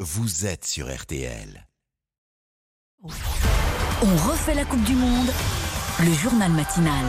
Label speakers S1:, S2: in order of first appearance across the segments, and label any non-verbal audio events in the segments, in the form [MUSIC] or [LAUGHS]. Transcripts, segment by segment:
S1: vous êtes sur RTL.
S2: On refait la Coupe du Monde, le journal matinal.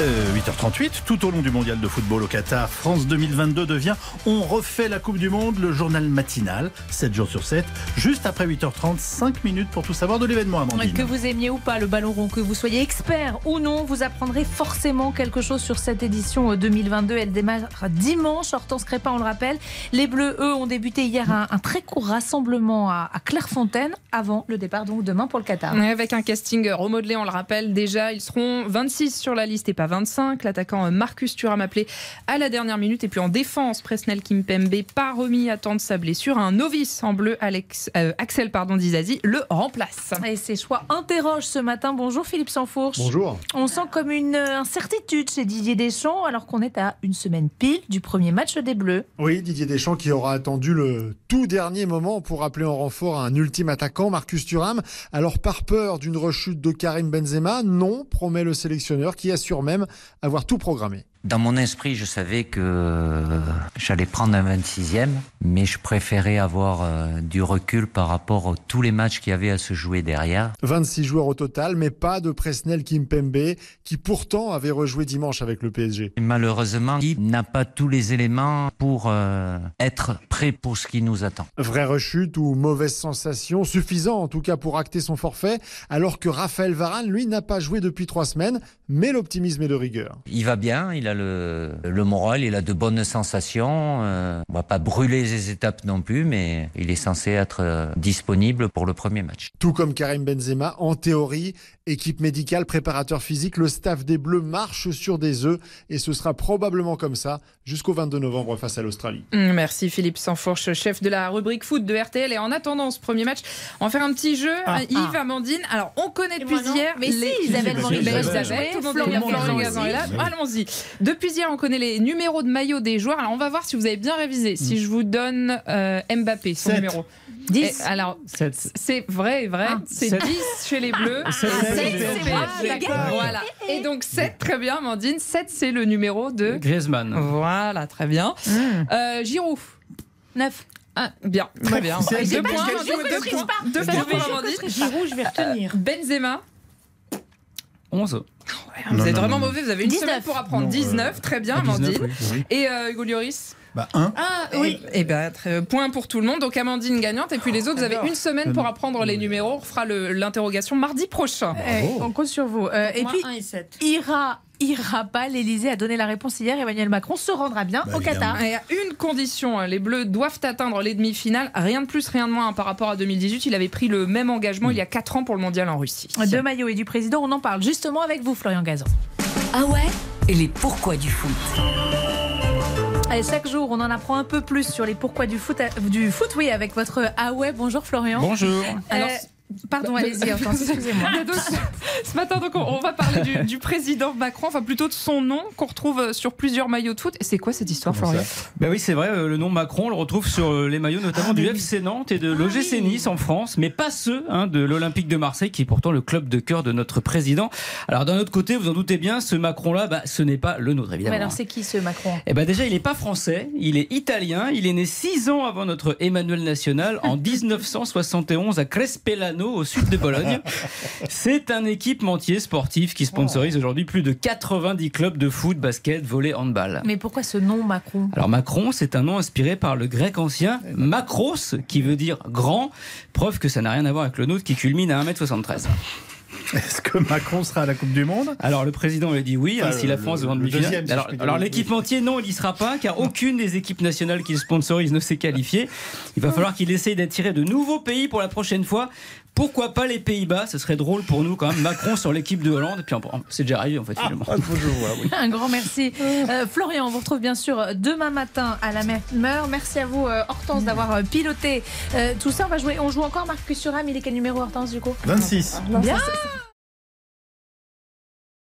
S3: Euh, 8h38, tout au long du mondial de football au Qatar, France 2022 devient On refait la Coupe du Monde, le journal matinal, 7 jours sur 7, juste après 8h30, 5 minutes pour tout savoir de l'événement, Amandine.
S4: Que vous aimiez ou pas le ballon rond, que vous soyez expert ou non, vous apprendrez forcément quelque chose sur cette édition euh, 2022. Elle démarre dimanche, Hortense Crépin, on le rappelle. Les Bleus, eux, ont débuté hier un, un très court rassemblement à, à Clairefontaine avant le départ, donc demain pour le Qatar.
S5: Ouais, Avec un casting remodelé, on le rappelle déjà, ils seront 26 sur la liste et pas 25. L'attaquant euh, Marcus Thuram appelé à la dernière minute. Et puis en défense, Presnel Kimpembe, pas remis à temps de sa blessure. Un novice en bleu, Alex, euh, Axel pardon, Dizazi, le remplace.
S4: Et ses choix interrogent ce matin. Bonjour Philippe Sansfourche.
S6: Bonjour.
S4: On sent comme une euh, incertitude chez Didier Deschamps, alors qu'on est à une semaine pile du premier match des Bleus.
S6: Oui, Didier Deschamps qui aura attendu le tout dernier moment pour appeler en renfort un ultime attaquant, Marcus Thuram. Alors par peur d'une rechute de Karim Benzema, non, promet le sélectionneur qui assure même avoir tout programmé.
S7: Dans mon esprit, je savais que euh, j'allais prendre un 26e, mais je préférais avoir euh, du recul par rapport à tous les matchs qu'il y avait à se jouer derrière.
S6: 26 joueurs au total, mais pas de Presnel Kimpembe, qui pourtant avait rejoué dimanche avec le PSG.
S7: Et malheureusement, il n'a pas tous les éléments pour euh, être prêt pour ce qui nous attend.
S6: Vraie rechute ou mauvaise sensation, suffisant en tout cas pour acter son forfait, alors que Raphaël Varane, lui, n'a pas joué depuis trois semaines, mais l'optimisme est de rigueur.
S7: Il va bien, il a le, le moral, il a de bonnes sensations. euh, on va pas brûler les étapes non plus, mais il est censé être euh, disponible pour le premier match.
S6: Tout comme Karim Benzema, en théorie, équipe médicale, préparateur physique, le staff des Bleus marche sur des œufs et ce sera probablement comme ça jusqu'au 22 novembre face à l'Australie.
S5: Hum, Merci Philippe Sanfourche, chef de la rubrique foot de RTL. Et en attendant ce premier match, on va faire un petit jeu.
S4: Ah,
S5: hein, Yves,
S4: ah.
S5: Amandine, alors on connaît depuis
S4: moi, non.
S5: hier.
S4: Mais si, Isabelle
S5: Ben,
S3: Morin-
S5: Isabelle,
S3: Isabelle,
S5: Isabelle,
S4: tout le monde
S5: Florian
S4: l'a fait,
S5: Florian
S4: aussi.
S5: Gazan est là.
S3: Oui.
S5: Allons-y. Depuis hier, on connaît les numéros de maillot des joueurs. Alors on va voir si vous avez bien révisé. Si je vous donne euh, Mbappé, son
S3: Sept.
S5: numéro. Eh,
S4: 10.
S5: alors,
S8: Sept.
S5: c'est vrai, vrai.
S4: Ah.
S5: c'est
S8: Sept.
S5: 10 chez les Bleus. Ah,
S3: sept,
S5: Sept,
S3: c'est
S5: c'est
S4: moi,
S5: vrai.
S4: j'ai
S5: D'accord.
S3: gagné.
S5: Voilà. Et donc 7, très bien, Amandine. 7, c'est le numéro de.
S8: Griezmann.
S5: Voilà, très bien. Euh, Giroud.
S4: 9.
S5: Ah, bien, très bien.
S3: C'est-
S5: Deux
S3: c'est pas-
S5: points,
S3: je
S5: deux
S4: triche
S5: points,
S4: pas.
S5: deux points pour Amandine.
S4: Giroud, je vais retenir.
S5: Benzema,
S8: 11.
S5: Ouais, vous
S3: Non,
S5: êtes
S3: non,
S5: vraiment
S3: non.
S5: mauvais, vous avez une
S4: 19.
S5: semaine pour apprendre.
S3: Non, euh,
S5: 19, très bien, Amandine. Et euh, Hugo Lloris
S3: Bah, un. [LAUGHS]
S5: Ah oui. Et, ben, très- point pour tout le monde. Donc Amandine gagnante. Et puis les autres, vous avez une semaine
S3: Euh,
S5: pour apprendre les numéros. On fera le- l'interrogation mardi prochain.
S4: on compte sur vous. Euh, et puis, ira, ira pas. L'Elysée a donné la réponse hier. Emmanuel Macron se rendra bien
S3: Bah,
S4: au Qatar.
S5: Et à une condition, hein, les Bleus doivent atteindre les demi-finales. Rien de plus, rien de moins hein, par rapport à 2018. Il avait pris le même engagement il y a 4 ans pour le mondial en Russie.
S4: De maillot et du président, on en parle justement avec vous, Florian Gazan.
S2: Ah ouais Et les pourquoi du foot
S4: Allez, chaque jour, on en apprend un peu plus sur les pourquoi du foot, du foot oui, avec votre Ah ouais, bonjour Florian.
S8: Bonjour.
S4: Alors,
S5: Euh,
S4: pardon,
S5: de-
S4: allez-y, Hortense,
S5: [LAUGHS]
S4: excusez-moi.
S5: Il y a d'autres- Ce matin, donc, on, on va parler du, du président Macron, enfin plutôt de son nom qu'on retrouve euh, sur plusieurs maillots de foot. Et c'est quoi cette histoire,
S3: Comment
S5: Florian
S8: Ben oui, c'est vrai, euh, le nom Macron, on le retrouve sur euh, les maillots notamment
S4: Ah,
S8: du FC Nantes et de l'OGC Nice en France, mais pas ceux hein, de l'Olympique de Marseille, qui est pourtant le club de cœur de notre président. Alors d'un autre côté, vous en doutez bien, ce Macron-là, bah, ce n'est pas le nôtre,
S4: Mais
S8: évidemment.
S4: alors,
S8: hein.
S4: c'est qui ce Macron
S8: Eh ben déjà, il n'est pas français, il est italien, il est né six ans avant notre Emmanuel National
S4: [LAUGHS]
S8: en 1971 à Crespellano au sud
S4: [LAUGHS]
S8: de Bologne. C'est un équipementier sportif qui
S4: Oh.
S8: sponsorise aujourd'hui plus de 90 clubs de foot, basket, volley, handball.
S4: Mais pourquoi ce nom Macron
S8: Alors Macron, c'est un nom inspiré par le grec ancien
S3: Eh ben.
S8: Macros, qui veut dire grand, preuve que ça n'a rien à voir avec le nôtre qui culmine à 1m73.
S3: Est-ce que Macron sera à la Coupe du Monde
S8: Alors le président lui a dit oui,
S3: Enfin,
S8: hein, si
S3: le-
S8: la France
S3: le-
S8: va en
S3: le
S8: demi-finale.
S3: deuxième, si
S8: alors
S3: je puis dire.
S8: alors, l'équipementier, non, il n'y sera pas, car aucune des équipes nationales qu'il sponsorise ne s'est qualifiée. Il va falloir qu'il essaye d'attirer de nouveaux pays pour la prochaine fois. Pourquoi pas les Pays-Bas Ce serait drôle pour nous quand même. Macron sur l'équipe de Hollande, et puis on- c'est déjà arrivé en
S3: Ah,
S8: fait finalement.
S4: Un grand merci. [LAUGHS] Euh, Florian, on vous retrouve bien sûr demain matin à la même heure. Merci à vous, euh, Hortense, d'avoir euh, piloté euh, tout ça. On va jouer. On joue encore Marcus Thuram. Il est quel numéro, Hortense, du coup
S3: 26.
S4: Bien